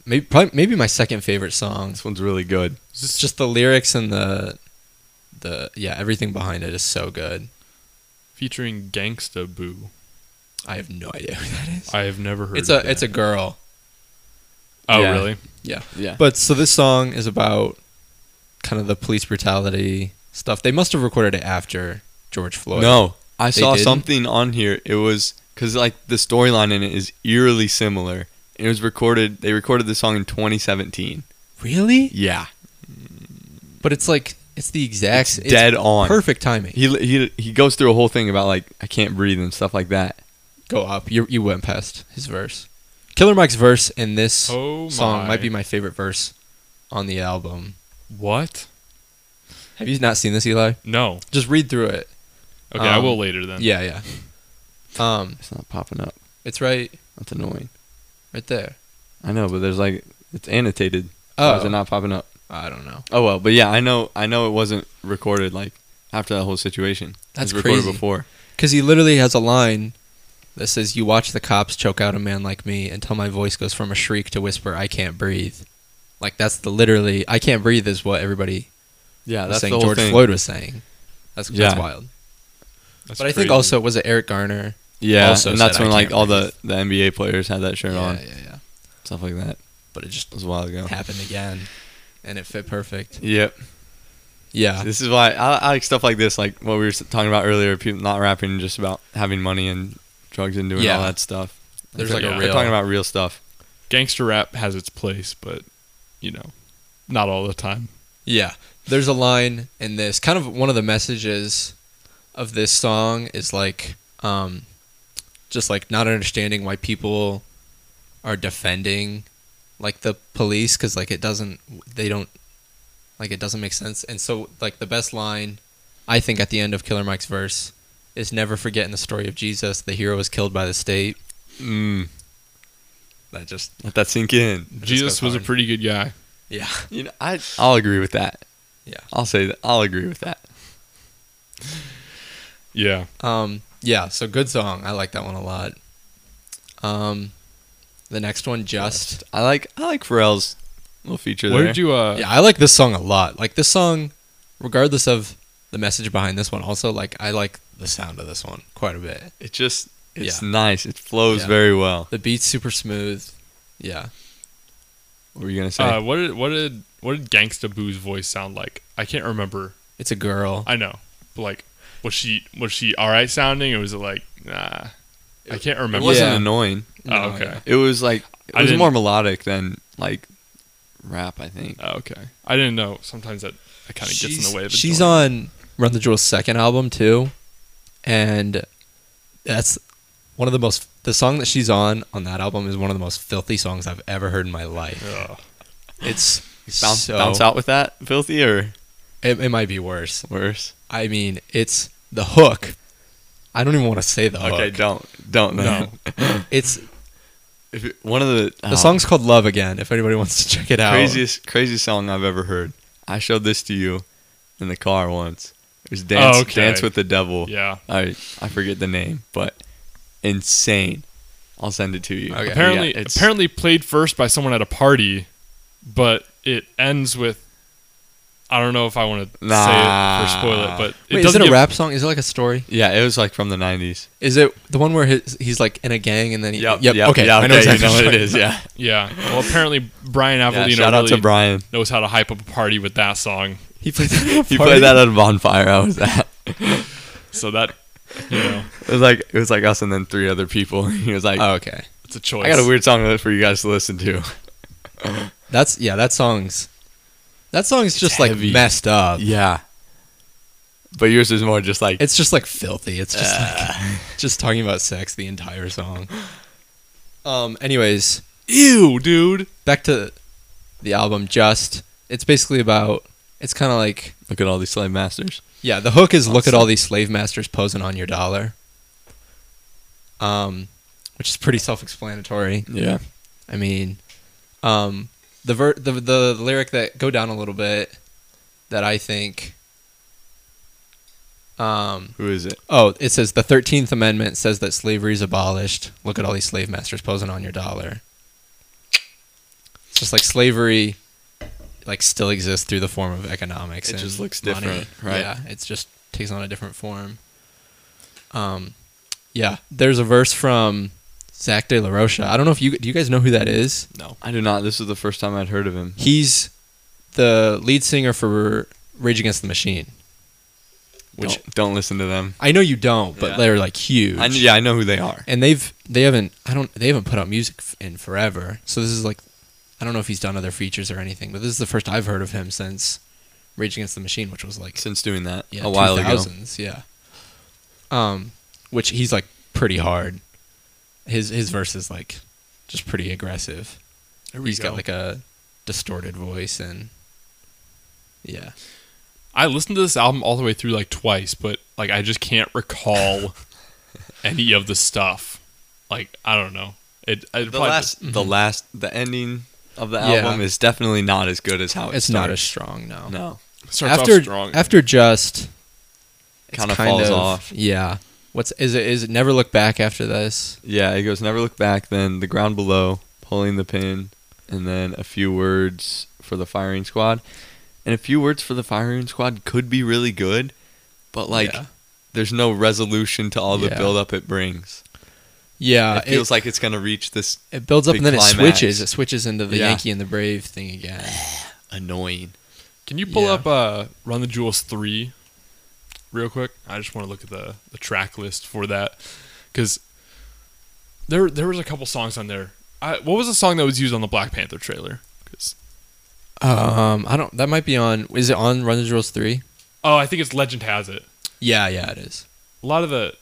maybe probably, maybe my second favorite song.
this one's really good.
It's just the lyrics and the the yeah everything behind it is so good.
featuring Gangsta Boo.
I have no idea who
<laughs>
that is.
I have never heard.
It's
of
a it's a
that.
girl.
oh
yeah.
really?
Yeah,
But so this song is about kind of the police brutality stuff. They must have recorded it after George Floyd.
no, I
They
saw
didn't?
something on here. It was because like the storyline in it is eerily similar. It was recorded. They recorded the song in 2017.
really?
Yeah,
But it's like it's the exact
it's
it's
dead on.
perfect timing.
He he he goes through a whole thing about like I can't breathe and stuff like that.
Go up. You you went past his verse. Killer Mike's verse in this
Oh
song
my.
might be my favorite verse on the album.
What?
Have you not seen this, Eli?
No.
Just read through it.
Okay, I
Um,
will later then.
Yeah, yeah. Um,
It's not popping up.
it's right,
That's annoying.
right there.
I know, but there's like it's annotated. Why is it
Oh,
not popping up?
I don't know.
Oh well, but yeah, I know. I know it wasn't recorded like after that whole situation. It
That's
was recorded
crazy.
before.
Because he literally has a line that says, "You watch the cops choke out a man like me until my voice goes from a shriek to whisper, I can't breathe." Like that's the literally, I can't breathe is what everybody
Yeah, that's
was
the
saying.
whole
George
thing.
Floyd was saying. That's,
Yeah.
that's wild.
That's
but I think
crazy.
also was it Eric Garner?
Yeah,
also
and that's
said, "I
when like
can't
all the, the NBA players had that shirt
yeah,
on,
yeah, yeah.
stuff like that.
But it just
It was a while ago.
happened again, and it fit perfect.
Yep.
Yeah,
<laughs> This is why I, I like stuff like this, like what we were s- talking about earlier. People not rapping just about having money and drugs and doing
Yeah.
all that stuff.
There's,
They're-
like, a
they're
real-
talking about real stuff.
gangster rap has its place, but you know, not all the time.
Yeah. There's a line in this kind of one of the messages of this song is like um just like not understanding why people are defending like the police cuz like it doesn't they don't like it doesn't make sense. And so like the best line I think at the end of Killer Mike's verse is never forgetting the story of Jesus, the hero was killed by the state.
Mm,
That just
let that sink in.
It just
Jesus
goes
was a
on.
pretty good guy.
yeah.
You know, I I'll agree with that.
Yeah.
I'll say that. I'll agree with that.
Yeah.
Um, yeah, so good song. I like that one a lot. Um, the next one, just
I like I like Pharrell's little feature
Where
there.
did you? Uh,
yeah, I like this song a lot. Like this song, regardless of the message behind this one, also like I like the sound of this one quite a bit.
It just it's
Yeah.
nice. It flows
Yeah.
very well.
The beat's super smooth. Yeah,
What were you gonna say?
Uh, what did what did what did Gangsta Boo's voice sound like? I can't remember.
it's a girl.
I know, but like, was she was she all right sounding, or was it like, nah? I can't
it
remember.
wasn't
Yeah.
annoying.
Oh, okay.
yeah.
It was like it
I
was
didn't-
more melodic than like rap. I think.
Oh, okay. I didn't know. Sometimes that, that kind of gets in
She's-
the way of it.
She's on Run the Jewels' second album too, and that's one of the most. The song that she's on on that album is one of the most filthy songs I've ever heard in my life.
Ugh.
It's
Bounce,
so,
bounce out with that filthy or
It, it might be worse.
worse.
I mean, it's the hook. I don't even want to say the hook.
Okay, don't don't
No.
no.
It's
if it- one of the
the
oh,
song's called Love Again. If anybody wants to check it out,
craziest craziest song I've ever heard. I showed this to you in the car once. It was
Oh,
dance
okay.
dance with the devil.
Yeah.
I I forget the name, but insane. I'll send it to you.
Okay. Yeah,
apparently,
Yeah, it's-
apparently played first by someone at a party, but it ends with. I don't know if I want to
Nah.
say it or spoil it, but it
Wait, is
doesn't
it a
give-
rap song? Is it like a story?
Yeah, it was like from the nineties.
Is it the one where his, he's like in a gang and then he?
Yep,
Yep.
yep,
okay.
yeah,
I know
okay,
exactly
you know
what
what it
you're
is.
<laughs> talking
Yeah,
Yeah. Well, apparently Brian
yeah
Avelino
shout out to
really
Brian.
knows how to hype up a party with that song.
<laughs>
about. He played that. At a
He
party?
played that at a bonfire. I was at.
So that You know,
<laughs> It was like it was like us and then three other people. <laughs> He was like,
Oh, okay.
it's a choice.
I got a weird song for you guys to listen to.
That's yeah. That song's that song's just
heavy.
like messed up.
Yeah. But yours is more just like
It's just like filthy. It's just
<sighs>
like just talking about sex the entire song. Um. Anyways,
Ew, dude.
back to the album. Just it's basically about. It's kind of like
look at all these slave masters.
yeah. The hook is look at all these slave masters posing on your dollar. Um, which is pretty self-explanatory.
Yeah.
I mean, um, the ver- the the lyric that go down a little bit that I think. Um,
Who is it?
oh, it says the Thirteenth Amendment says that slavery is abolished. Look at all these slave masters posing on your dollar. It's just like slavery, like still exists through the form of economics.
It
and
just looks
money.
different, right?
Yeah, it's just takes on a different form. Um, yeah, there's a verse from Zach De La Rocha. I don't know if you do. You guys know who that is?
No.
I do not. This is the first time I'd heard of him.
He's the lead singer for Rage Against the Machine.
Which
Which-
don't, listen to them.
I know you don't, but
Yeah.
they're like huge.
I, yeah, I know who they are.
And they've they haven't I don't they haven't put out music f- in forever. So this is like I don't know if he's done other features or anything, but this is the first I've heard of him since Rage Against the Machine, which was like
Since doing that
yeah,
a while ago.
2000s, Yeah. Um, which he's like pretty hard. His his verse is like just pretty aggressive.
There we
He's got
go.
like a distorted voice and yeah.
I listened to this album all the way through like twice, but like I just can't recall any of the stuff. Like I don't know. It, it
The
probably-
last,
Mm-hmm.
the last, the ending of the
Yeah.
album is definitely not as good as how it
It's not as
starts.
strong, no.
no.
starts
after
off strong.
after just it's
Kinda falls off.
Yeah. What's is it is it never look back after this?
Yeah, it goes never look back. Then the ground below, pulling the pin, and then a few words for the firing squad, and a few words for the firing squad could be really good, but like
Yeah.
there's no resolution to all the
Yeah. Uh,
buildup it brings.
Yeah,
it feels like it's gonna reach this
it builds up
big
and then it
climax.
switches. It switches into the
Yeah.
Yankee and the Brave thing again.
annoying.
Can you pull
Yeah.
up uh, Run the Jewels 3 real quick? I just want to look at the, the track list for that because there there was a couple songs on there. I, what was the song that was used on the Black Panther trailer? 'Cause-
Um, I don't. That might be on. Is it on Run the Jewels three?
oh, I think it's Legend Has It.
Yeah, yeah, it is.
A lot of the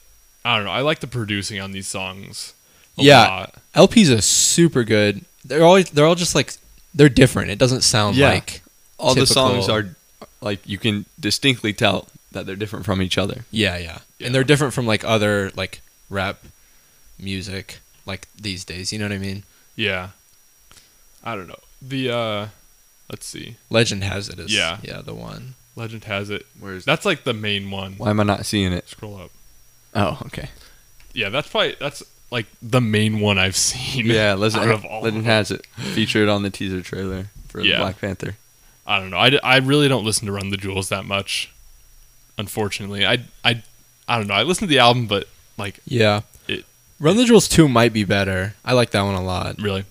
I don't know. I like the producing on these songs. A
Yeah.
lot.
LPs are super good. They're all they're all just like they're different. It doesn't sound
Yeah.
like
All the songs
Typical.
are like you can distinctly tell that they're different from each other.
yeah, yeah,
Yeah.
And they're different from like other like rap music like these days. You know what I mean?
Yeah. I don't know. The uh let's see.
Legend has it as
Yeah.
yeah the one.
Legend has it.
Where's
That's like the main one.
why am I not seeing it?
Scroll up.
Oh, okay.
Yeah, that's probably that's like the main one I've
<laughs>
seen. <laughs>
Yeah, Legend,
out of all
Legend
of them.
has it featured on the teaser trailer for
Yeah.
Black Panther.
I don't know. I, d- I really don't listen to Run the Jewels that much. Unfortunately, I I I don't know. I listen to the album, but like
Yeah.
It-
Run the Jewels two might be better. I like that one a lot.
really,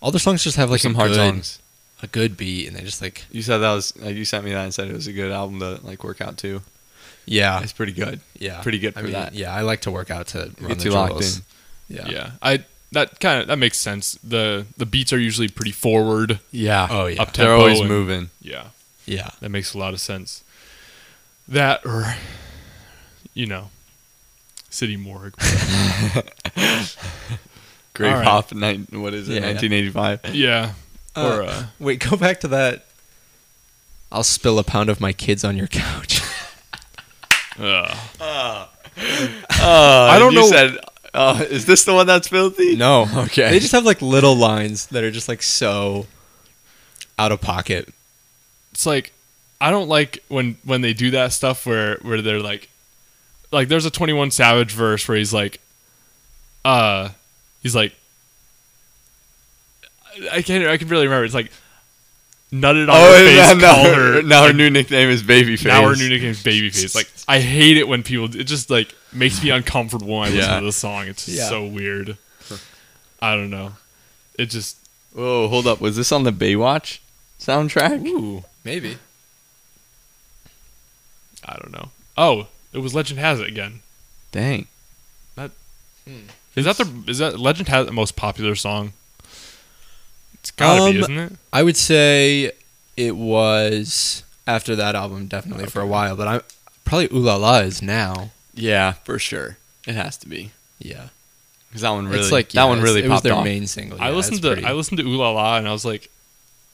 All their songs just have like
Some
a
hard
good,
songs.
a good beat, and they just like
You said that was like you sent me that and said it was a good album to like work out to.
yeah,
It's pretty good.
yeah,
pretty good
I
for
mean,
that.
Yeah, I like to work out to Run
Get
the
you locked
Jewels.
in.
yeah. I that kind of that makes sense. the The beats are usually pretty forward.
Yeah.
Oh, yeah.
Up
They're
tempo
always
and-
moving.
Yeah,
Yeah.
that makes a lot of sense. That or you know, City Morgue. <laughs>
Great
All right.
pop. Nine, what is it?
Yeah, yeah.
1985.
yeah, or
Uh,
uh,
Wait, go back to that. I'll spill a pound of my kids on your couch.
uh,
I
don't know-
Said, <laughs> uh, is this the one that's filthy?
<laughs> no,
Okay.
They just have like little lines that are just like so out of pocket.
it's like I don't like when when they do that stuff where where they're like like there's a 21 Savage verse where he's like uh he's like I- I can't I can barely remember it's like nutted on her
Oh,
face
yeah, <laughs> now,
call her
her, now her new nickname is Babyface.
now her new nickname's babyface <laughs> like I hate it when people it just like makes me uncomfortable when I
Yeah.
listen to this song it's just
Yeah.
so <laughs> weird I don't know it just
Whoa, hold up. Was this on the Baywatch soundtrack?
ooh
Maybe.
I don't know oh it was Legend Has It again
Dang.
Is that the is that Legend has the most popular song? It's gotta be,
Um,
isn't it?
I would say it was after that album, definitely for a while. But I probably Ooh La La is now.
Yeah, for sure. It has to be
Yeah,
because that one really.
it's like
that
yeah,
one
it's-
really
It was
popped
their
off.
main single.
I
yeah,
listened
it's
to
pretty-
I listened to Ooh La La and I was like,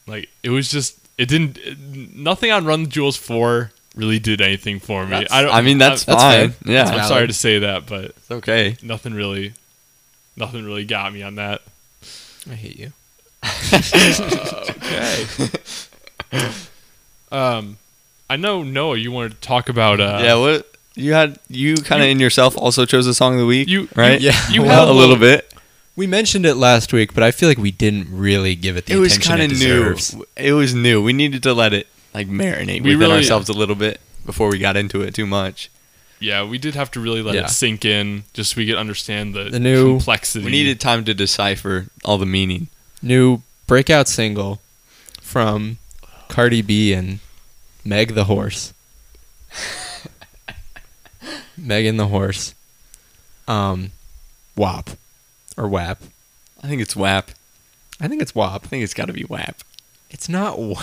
like it was just it didn't it- nothing on Run the Jewels four really did anything for me.
That's-
I don't.
I mean, that's
I'm,
fine.
fair.
yeah,
That's
I'm
valid.
sorry to say that, but
it's okay.
nothing really, nothing really got me on that.
I hate you.
Okay. um, I know Noah, you wanted to talk about uh,
yeah. What you had? You kind of in yourself also chose a song of the week,
you
right?
You,
<laughs>
Yeah.
you
Well,
had
a little bit.
We mentioned it last week, but I feel like we didn't really give it the
it was
attention
kind
it
of new.
deserves.
It was new. We needed to let it like marinate
We
within
really-
ourselves a little bit before we got into it too much.
Yeah, we did have to really let
Yeah.
it sink in, just so we could understand the,
The new-
complexity.
We needed time to decipher all the meaning.
New breakout single from Cardi B and Meg
<laughs>
the Horse. Megan the Horse. Um, WAP or WAP.
I think it's WAP.
I think it's WAP.
I think it's got to be WAP. <laughs>
It's not WAP.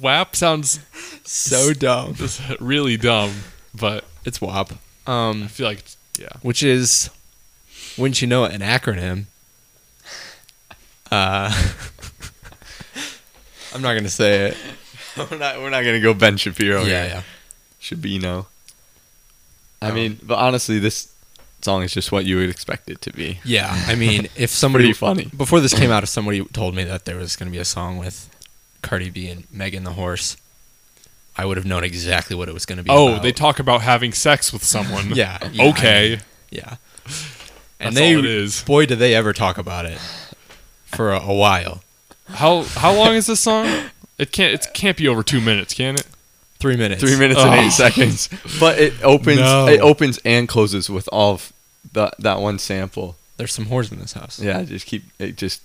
WAP sounds <laughs>
so dumb.
really dumb, but
It's WAP.
I
Um,
feel like it's- yeah.
which is, wouldn't you know, it, an acronym. Uh, <laughs> I'm not gonna say it.
we're not. We're not gonna go Ben Shapiro. here.
yeah.
Should be no. I
Um,
mean, but honestly, this song is just what you would expect it to be.
Yeah, I mean, if somebody
Pretty funny.
before this came out, if somebody told me that there was going to be a song with Cardi B and Megan the Horse, I would have known exactly what it was going to be.
Oh,
about.
they talk about having sex with someone.
<laughs> Yeah, yeah,
okay.
yeah.
That's
And they,
all it is.
boy, did they ever talk about it for a, a while.
How how long is this song? It can't it can't be over two minutes, can it?
Three minutes.
Three minutes and
Oh.
eight seconds. <laughs> But it opens.
No.
It opens and closes with all of the, that one sample.
There's some whores in this house.
Yeah, it just keep. It just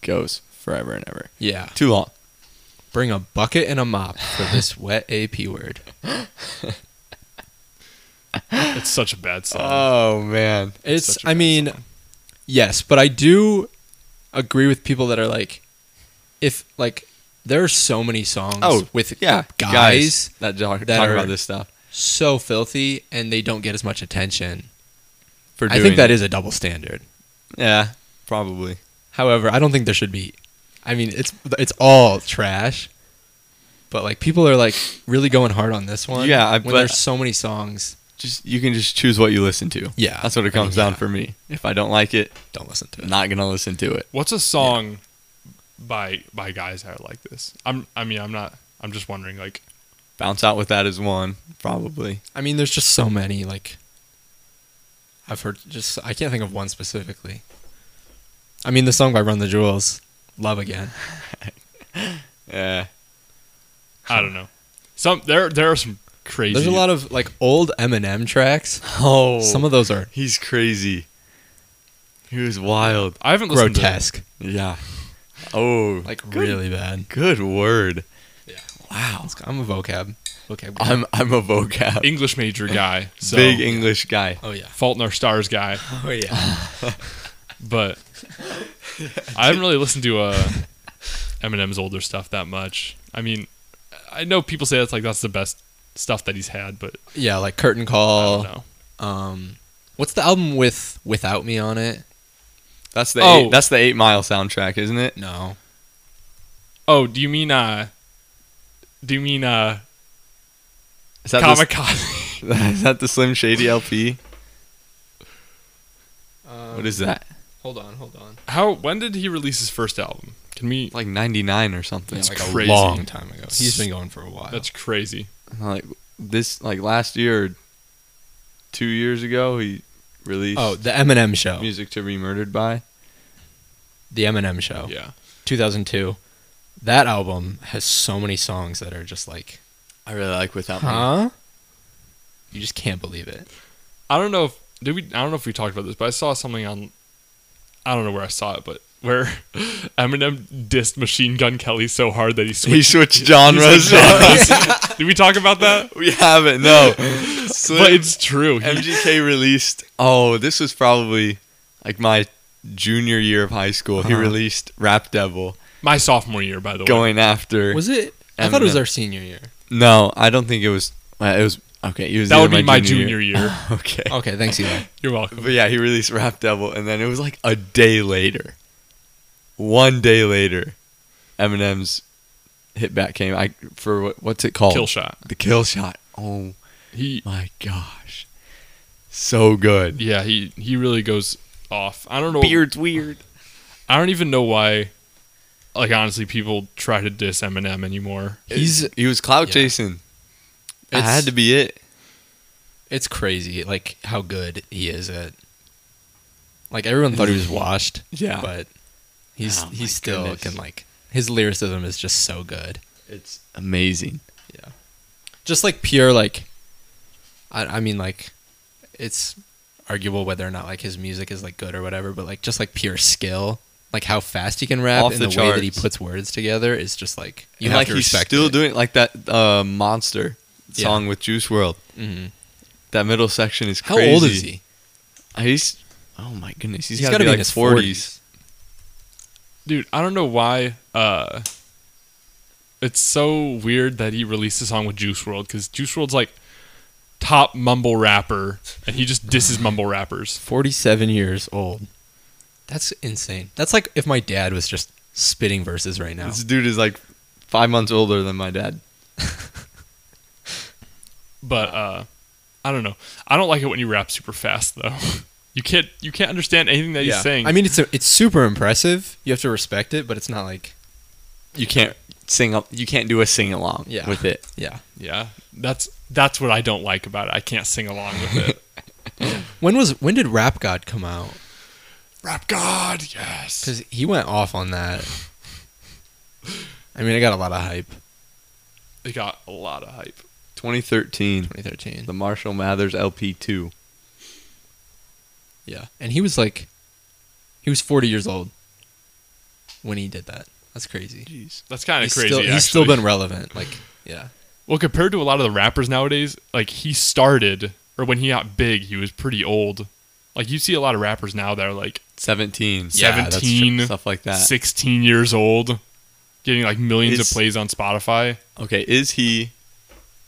goes forever and ever.
Yeah.
Too long.
Bring a bucket and a mop for <laughs> this wet AP word.
It's such a bad song.
Oh man.
It's,
such a
I
bad
mean, yes, but I do agree with people that are like, if, like, there are so many songs
Oh,
with
Yeah,
guys,
that talk,
that
talk
are-
about this stuff.
so filthy and they don't get as much attention.
For
I think that is a double standard.
Yeah, probably.
However, I don't think there should be. I mean, it's it's all trash, but like people are like really going hard on this one.
Yeah, I-
when
but-
there's so many songs,
Just you can just choose what you listen to.
Yeah,
that's what
I
it
mean,
comes down
yeah.
for me. If I don't like it,
don't listen to it.
I'm not gonna listen to it.
What's a song by by guys that are like this? I'm I mean I'm not I'm just wondering like
Bounce out with that is one probably.
I mean, there's just so many. Like, I've heard just I can't think of one specifically. I mean, the song by Run the Jewels, "Love Again."
Yeah.
I don't know. Some there there are some crazy
There's a lot of like old Eminem tracks.
Oh,
Some of those are
he's crazy. He was wild.
I haven't listened
grotesque,
Yeah. Oh,
like
good-
really bad.
Good word.
Yeah.
Wow.
I'm a vocab. Vocab. guy.
I'm I'm a vocab.
to English major
<laughs>
guy. So
Big English guy.
oh yeah.
Fault in Our Stars guy,
Oh yeah.
but I haven't really listened to uh, Eminem's older stuff that much. I mean, I know people say that's like that's the best stuff that he's had, but
yeah, like Curtain
I don't
Call.
know.
Um, what's the album with Without Me on it?
That's the
Oh.
eight, that's the eight mile soundtrack, isn't it?
No.
Oh, do you mean uh, do you mean uh,
Is that the-
Kamikaze?
<laughs> Is that the Slim Shady LP? what is that?
Hold on, hold on.
How? When did he release his first album? Can we?
Like 99 or something.
That's
Like,
like
crazy.
a long time ago. He's been going for a while.
That's crazy.
like, this, like last year, or two years ago, he released
oh, the Eminem show.
Music to Be Murdered by.
The Eminem show.
Yeah.
2002. That album has so many songs that are just like,
I really like Without
huh? You just can't believe it.
I don't know if did we I don't know if we talked about this, but I saw something on I don't know where I saw it, but where <laughs> Eminem dissed Machine Gun Kelly so hard that
<laughs>
he
He
switched.
switched genres.
<laughs> Did we talk about that?
we haven't. <laughs> No. So
But it's true. He-
MGK released. Oh, this was probably like my junior year of high school. He
Uh-huh.
released Rap Devil,
my sophomore year, by the way.
going after.
Was it? I thought it was
Eminem.
our senior year.
no, I don't think it was. Uh, it was okay. It was
that
either
would be my junior
year.
year.
<laughs> Okay.
Okay, thanks, Eli. <laughs>
You're welcome. <laughs>
But yeah, he released Rap Devil, and then it was like a day later, one day later, Eminem's hit back came. I for what, what's it called?
Kill shot.
The kill shot. Oh
He
my gosh, so good.
yeah he he really goes off. I don't know.
Beard's weird.
I don't even know why. Like honestly, people try to diss Eminem anymore.
He's
he was clout
yeah.
chasing. That
It's-
had to be it.
it's crazy, like how good he is at. Like everyone thought he was washed.
Yeah.
but he's
Oh my
he still
goodness.
can like his lyricism is just so good.
It's amazing.
Just like pure like, I I mean like, it's arguable whether or not like his music is like good or whatever, but like just like pure skill. Like how fast he can rap
Off
and
the
the, way that he
charts.
puts words together is just like you
and
have
like
to
he's
respect.
still
it.
doing like that uh, monster
Yeah.
song with Juice World.
Mhm.
That middle section is
How
crazy.
old is he?
Uh, He's oh my goodness,
He's
he's got to
gotta
be,
be in
like
his
40s.
40s.
Dude, I don't know why. Uh, it's so weird that he released a song with Juice World because Juice World's like top mumble rapper, and he just disses mumble rappers.
47 years old. That's insane. That's like if my dad was just spitting verses right now.
This dude is like five months older than my dad.
But uh, I don't know. I don't like it when you rap super fast though. <laughs> You can't you can't understand anything that he's saying.
I mean, it's a, it's super impressive. You have to respect it, but it's not like
You can't sing up. You can't do a sing along
Yeah.
with it.
yeah.
yeah, that's that's what I don't like about it. I can't sing along with
<laughs>
it.
When was when did Rap God come out?
Rap God, yes.
Because he went off on that. I mean, I got a lot of hype.
They got a lot of hype.
2013,
2013.
the Marshall Mathers LP two.
Yeah, and he was like, he was 40 years old when he did that. That's crazy.
Jeez.
That's kind of
He's
crazy.
still,
actually.
he's still been relevant. Like, yeah.
Well, compared to a lot of the rappers nowadays, like he started or when he got big, he was pretty old. Like you see a lot of rappers now that are like
17,
Yeah, that's true.
17,
stuff like that.
16 years old, getting like millions
Is-
of plays on Spotify.
Okay, is he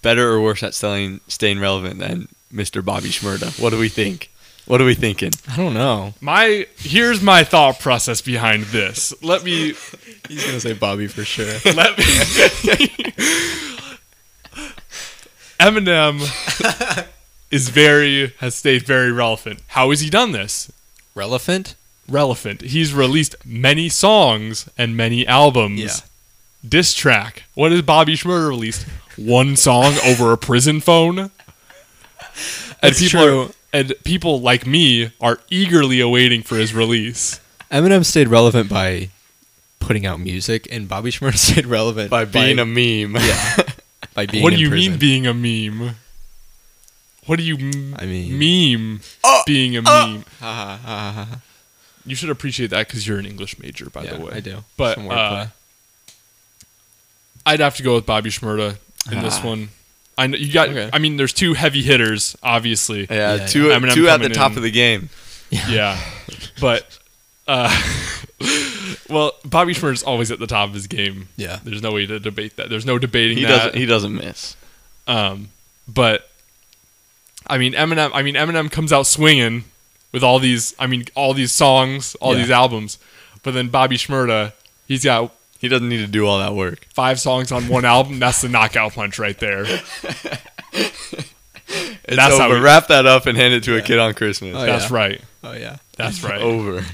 better or worse at selling staying relevant than Mr. Bobby Shmurda? What do we think? What are we thinking?
I don't know.
My here's my thought process behind this. Let me
He's gonna say Bobby for sure.
<laughs> let me Eminem is very has stayed very relevant. How has he done this?
relevant.
relevant. He's released many songs and many albums.
Yeah.
Diss track. What has Bobby Schmurder released? One song over a prison phone. And
That's
people
true.
Are, and people like me are eagerly awaiting for his release.
Eminem stayed relevant by putting out music, and Bobby Schmurda <laughs> stayed relevant
By being a meme. Yeah.
a by being.
what do
in
you
prison.
mean being a meme? What do you m-
I mean- uh,
meme being a meme?
Ha, ha, ha, ha, ha.
You should appreciate that because you're an English major, by
Yeah,
the way.
I do.
But
Some
uh,
wordplay.
I'd have to go with Bobby Shmurda in this
Ah.
one. I know you got.
Okay.
I mean, there's two heavy hitters, obviously. Yeah,
Yeah,
Yeah,
two,
yeah. Eminem
two at the
coming
top
in.
of the game.
but uh, <laughs> well, Bobby Shmurda's always at the top of his game.
yeah.
There's no way to debate that. There's no debating
He
that.
doesn't. He doesn't miss.
um, but I mean, Eminem. I mean, Eminem comes out swinging with all these. I mean, all these songs, all
Yeah.
these albums. But then Bobby Shmurda, he's got
He doesn't need to do all that work.
five songs on one album. That's the knockout punch right there.
It's
That's
over.
how we-
Wrap that up and hand it to a kid on Christmas.
Oh,
That's
yeah.
right.
Oh yeah.
That's right.
Over.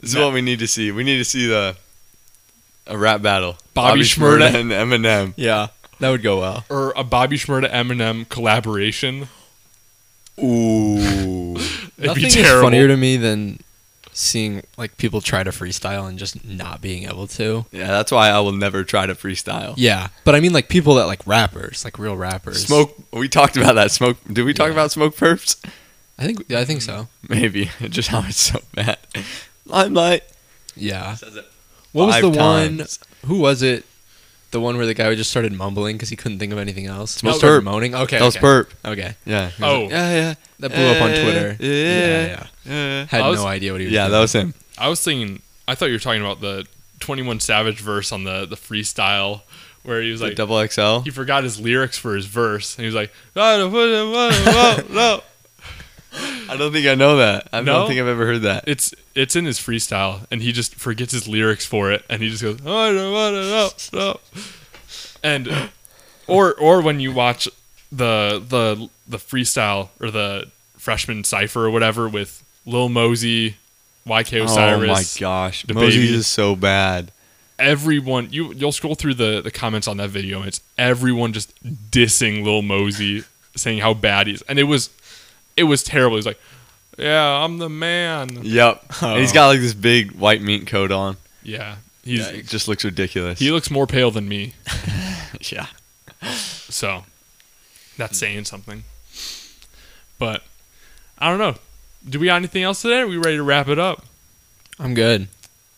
this is
No.
what we need to see. We need to see the a rap battle.
Bobby Shmurda.
and Eminem.
Yeah. That would go well.
<laughs> Or a Bobby Shmurda Eminem collaboration.
Ooh.
It'd
Nothing
be
is
terrible.
funnier to me than seeing like people try to freestyle and just not being able to.
yeah, that's why I will never try to freestyle.
Yeah, but I mean like people that like rappers, like real rappers.
Smoke. We talked about that. Smoke. Did we talk
Yeah.
about smoke <laughs> perps?
I think. Yeah, I think so.
<laughs> Maybe. Just how it's so bad. Limelight.
Yeah.
Says it
What was
five
the one?
times.
Who was it? The one where the guy just started mumbling because he couldn't think of anything else.
That was
Started
Burp.
moaning. Okay.
That was
okay.
burp.
Okay.
Yeah. he was
Oh.
like, yeah, yeah.
That blew up on
Eh,
Twitter.
yeah,
yeah.
yeah.
Had
I was-
no idea what he was.
Yeah,
doing.
that was him.
I was thinking. I thought you were talking about the Twenty One Savage verse on the the freestyle where he was
The
like.
double XL.
he forgot his lyrics for his verse, and he was like, "No, no, no, no,
<laughs>
no."
I don't think I know that. I
No?
don't think I've ever heard that.
It's it's in his freestyle, and he just forgets his lyrics for it, and he just goes, "Oh, no, no, no, no." And or or when you watch the the the freestyle or the freshman cipher or whatever with Lil Mosey, YK Osiris,
oh my gosh,
the
Moses
baby.
is so bad.
everyone you you'll scroll through the the comments on that video and it's everyone just dissing Lil Mosey saying how bad he is and it was it was terrible he's like yeah I'm the man
Yep, <laughs> and he's got like this big white meat coat on.
yeah he's
He just looks ridiculous.
he looks more pale than me
<laughs> yeah,
so
Hmm.
that's saying something but I don't know do we got anything else today are we ready to wrap it up
I'm good.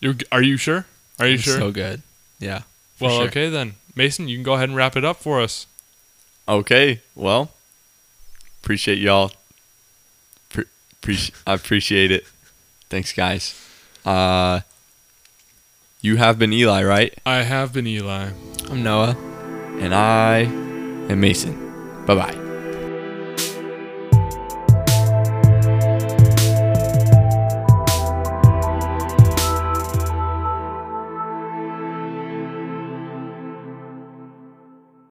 You're, g- are you sure are you
I'm
sure
So good. Yeah. for
well
sure.
okay then Mason you can go ahead and wrap it up for us
Okay, well, appreciate y'all. Pre- appreci- I appreciate it. Thanks, guys. Uh, you have been Eli, right?
I have been Eli
I'm Noah.
And I am Mason. Bye bye.